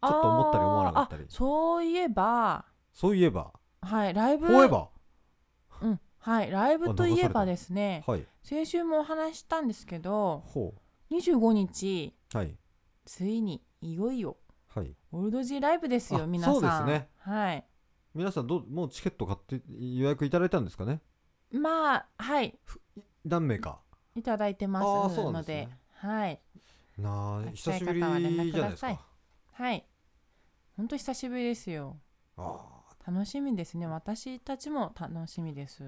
Speaker 6: ち
Speaker 3: ょっと思ったり思わなかったり
Speaker 6: そういえば
Speaker 3: そういえば
Speaker 6: はいライブ
Speaker 3: そういえば
Speaker 6: うんはいライブといえばですね
Speaker 3: はい
Speaker 6: 先週もお話ししたんですけど
Speaker 3: ほ
Speaker 6: 25日
Speaker 3: うはい
Speaker 6: ついにいよいよ
Speaker 3: はい
Speaker 6: オルドジーライブです
Speaker 3: あ
Speaker 6: よ皆さん
Speaker 3: そうですね
Speaker 6: はい
Speaker 3: 皆さんどうもうチケット買って予約いただいたんですかね
Speaker 6: まあはい
Speaker 3: 何名か
Speaker 6: いただいて
Speaker 3: あ
Speaker 6: ま
Speaker 3: ー
Speaker 6: す
Speaker 3: そうな
Speaker 6: の
Speaker 3: んです
Speaker 6: で
Speaker 3: ね
Speaker 6: はい
Speaker 3: なあ
Speaker 6: はい
Speaker 3: 久しぶりじゃないです
Speaker 6: 近い方は連絡ください
Speaker 3: か
Speaker 6: はいほんと久しぶりですよ
Speaker 3: ああ
Speaker 6: 楽しみですね私たちも楽しみです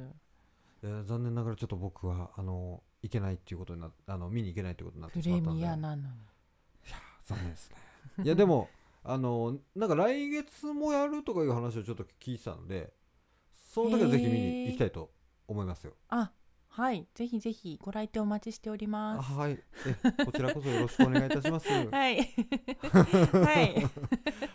Speaker 3: いや残念ながらちょっと僕はあの行けないっていうことになあの見に行けないってことになっ
Speaker 6: プ
Speaker 3: てしま
Speaker 6: レ
Speaker 3: ったんで
Speaker 6: ミアなのに
Speaker 3: 残念ですねいやでも あのなんか来月もやるとかいう話をちょっと聞いてたんでその時はぜひ見に行きたいと思いますよ、
Speaker 6: あはいぜひぜひご来店お待ちしており
Speaker 3: あ
Speaker 6: ます
Speaker 3: はいえこちらこそよろしくお願いいたします
Speaker 6: はい はい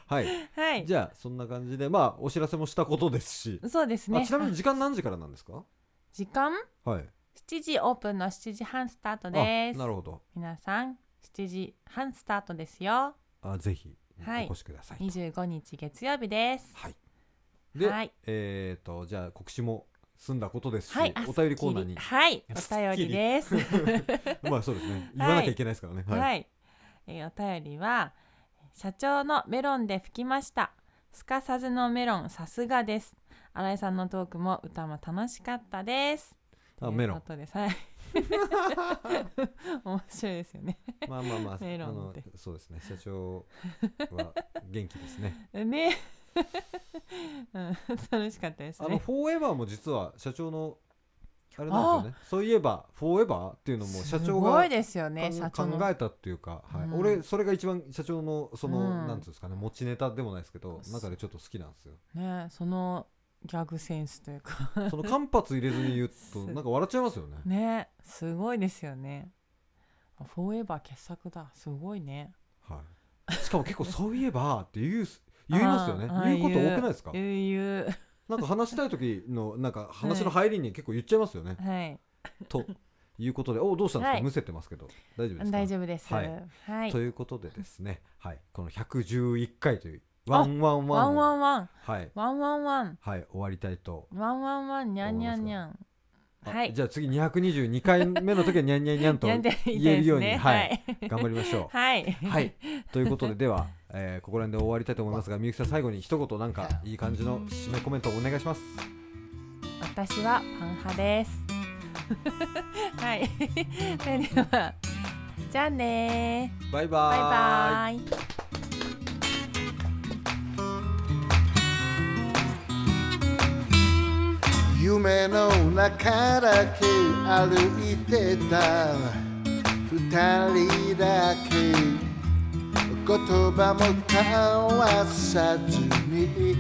Speaker 3: はい
Speaker 6: はい
Speaker 3: じゃあそんな感じでまあお知らせもしたことですし、
Speaker 6: そうです
Speaker 3: あ
Speaker 6: ね
Speaker 3: ちなみに時間何時からなんですか
Speaker 6: 時間
Speaker 3: はい
Speaker 6: 7時オープンの7時半スタート
Speaker 3: あ
Speaker 6: です
Speaker 3: なるほど
Speaker 6: 皆さん7時半スタートですよ
Speaker 3: あぜひ
Speaker 6: はい
Speaker 3: お越しくださいと、
Speaker 6: 25日月曜日です
Speaker 3: はいで、
Speaker 6: はい
Speaker 3: えっ、とじゃあ告知も済んだことですし、
Speaker 6: はいあ
Speaker 3: お便りコーナーに
Speaker 6: すっきりはい
Speaker 3: すっきり
Speaker 6: お便りです
Speaker 3: まあそうですね言わなきゃいけないですからね
Speaker 6: はい、
Speaker 3: はい、
Speaker 6: えーお便りは社長のメロンで吹きましたすかさずのメロンさすがです新井さんのトークも歌も楽しかったです
Speaker 3: あメロン
Speaker 6: ということです はい面白いですよね
Speaker 3: まあまあまあ
Speaker 6: メロ
Speaker 3: あ
Speaker 6: ン
Speaker 3: の
Speaker 6: って
Speaker 3: そうですね社長は元気ですね
Speaker 6: ね、うん、楽しかったです
Speaker 3: あの
Speaker 6: ね
Speaker 3: フォーエバーも実は社長のあれなんですよねそういえばフォーエバーっていうのも社長
Speaker 6: すご
Speaker 3: が
Speaker 6: いですよね
Speaker 3: 考
Speaker 6: 社長の
Speaker 3: 考えたっていうか、はい
Speaker 6: うん
Speaker 3: 俺それが一番社長のその、
Speaker 6: う
Speaker 3: なん
Speaker 6: ん
Speaker 3: ていうんですかね持ちネタでもないですけど中でちょっと好きなんですよ
Speaker 6: ねそのギャグセンスというか
Speaker 3: その間髪入れずに言うと
Speaker 6: す
Speaker 3: なんか笑っちゃいますよね
Speaker 6: ねすごいですよねあフォーエバー傑作だすごいね
Speaker 3: はい、しかも結構そういえばって言う す言いますよね
Speaker 6: あー
Speaker 3: 言うこと多
Speaker 6: あー
Speaker 3: くないですか
Speaker 6: 言う言う
Speaker 3: なんか話したい時のなんか話の入りに結構言っちゃいますよ ね、
Speaker 6: 言うはい
Speaker 3: ということでおどうしたんですか、
Speaker 6: はい
Speaker 3: むせてますけど大丈夫ですか
Speaker 6: 大丈夫です
Speaker 3: は
Speaker 6: はいい、
Speaker 3: ということでですね、はい、この111回というワンワンワ
Speaker 6: ワ
Speaker 3: ン
Speaker 6: ン
Speaker 3: を
Speaker 6: ワンワン
Speaker 3: はい、
Speaker 6: ワンワンワン
Speaker 3: はい、終わりたいと
Speaker 6: ワンワンワンにゃんにゃんにゃん
Speaker 3: あ
Speaker 6: はい
Speaker 3: じゃあ次222回目の時はにゃんにゃんにゃんと
Speaker 6: や
Speaker 3: 言
Speaker 6: んで いい
Speaker 3: え
Speaker 6: で
Speaker 3: る
Speaker 6: す
Speaker 3: ように、
Speaker 6: ね
Speaker 3: はい、頑張りましょ
Speaker 6: はい、
Speaker 3: う。はい、ということででは、えーここら辺で終わりたいと思いますがみゆきさん最後に一言なんかいい感じの締めコメントをお願いします。
Speaker 6: 私はパン派です はい それではじゃあねー
Speaker 3: バイバ
Speaker 6: バイ
Speaker 3: イ
Speaker 6: バーイ
Speaker 2: 夢の中だけ歩いてた二人だけ言葉も交わさずに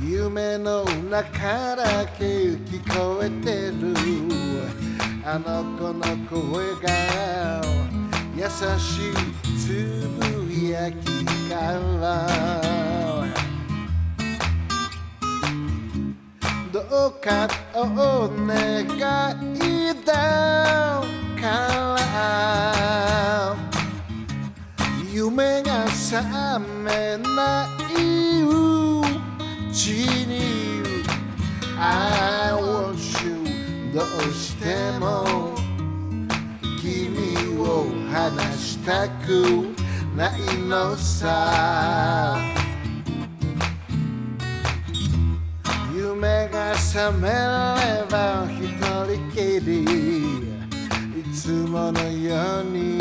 Speaker 2: 夢の中だけ聞こえてるあの子の声が優しいつぶやきからどうかお願いだから夢が覚めないうちに I want you どうしても君を離したくないのさ夢が覚めれば一人きりいつものように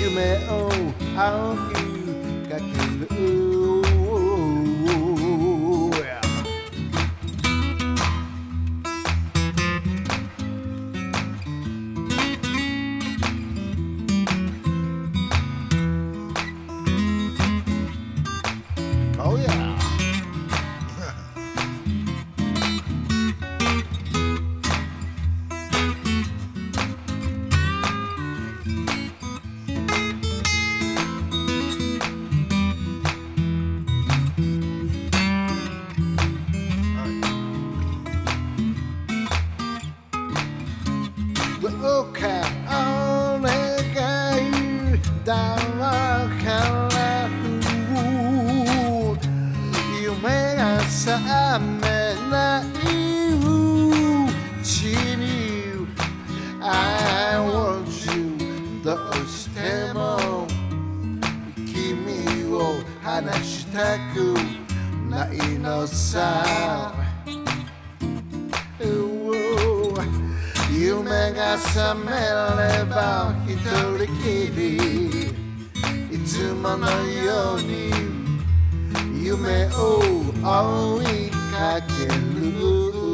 Speaker 2: 夢を追いかける「Oh yeah. どうかお願いだから夢が覚めないうちに I want you どうしても君を話したくないのさ夢が覚めれば一人きりいつものように夢を追いかける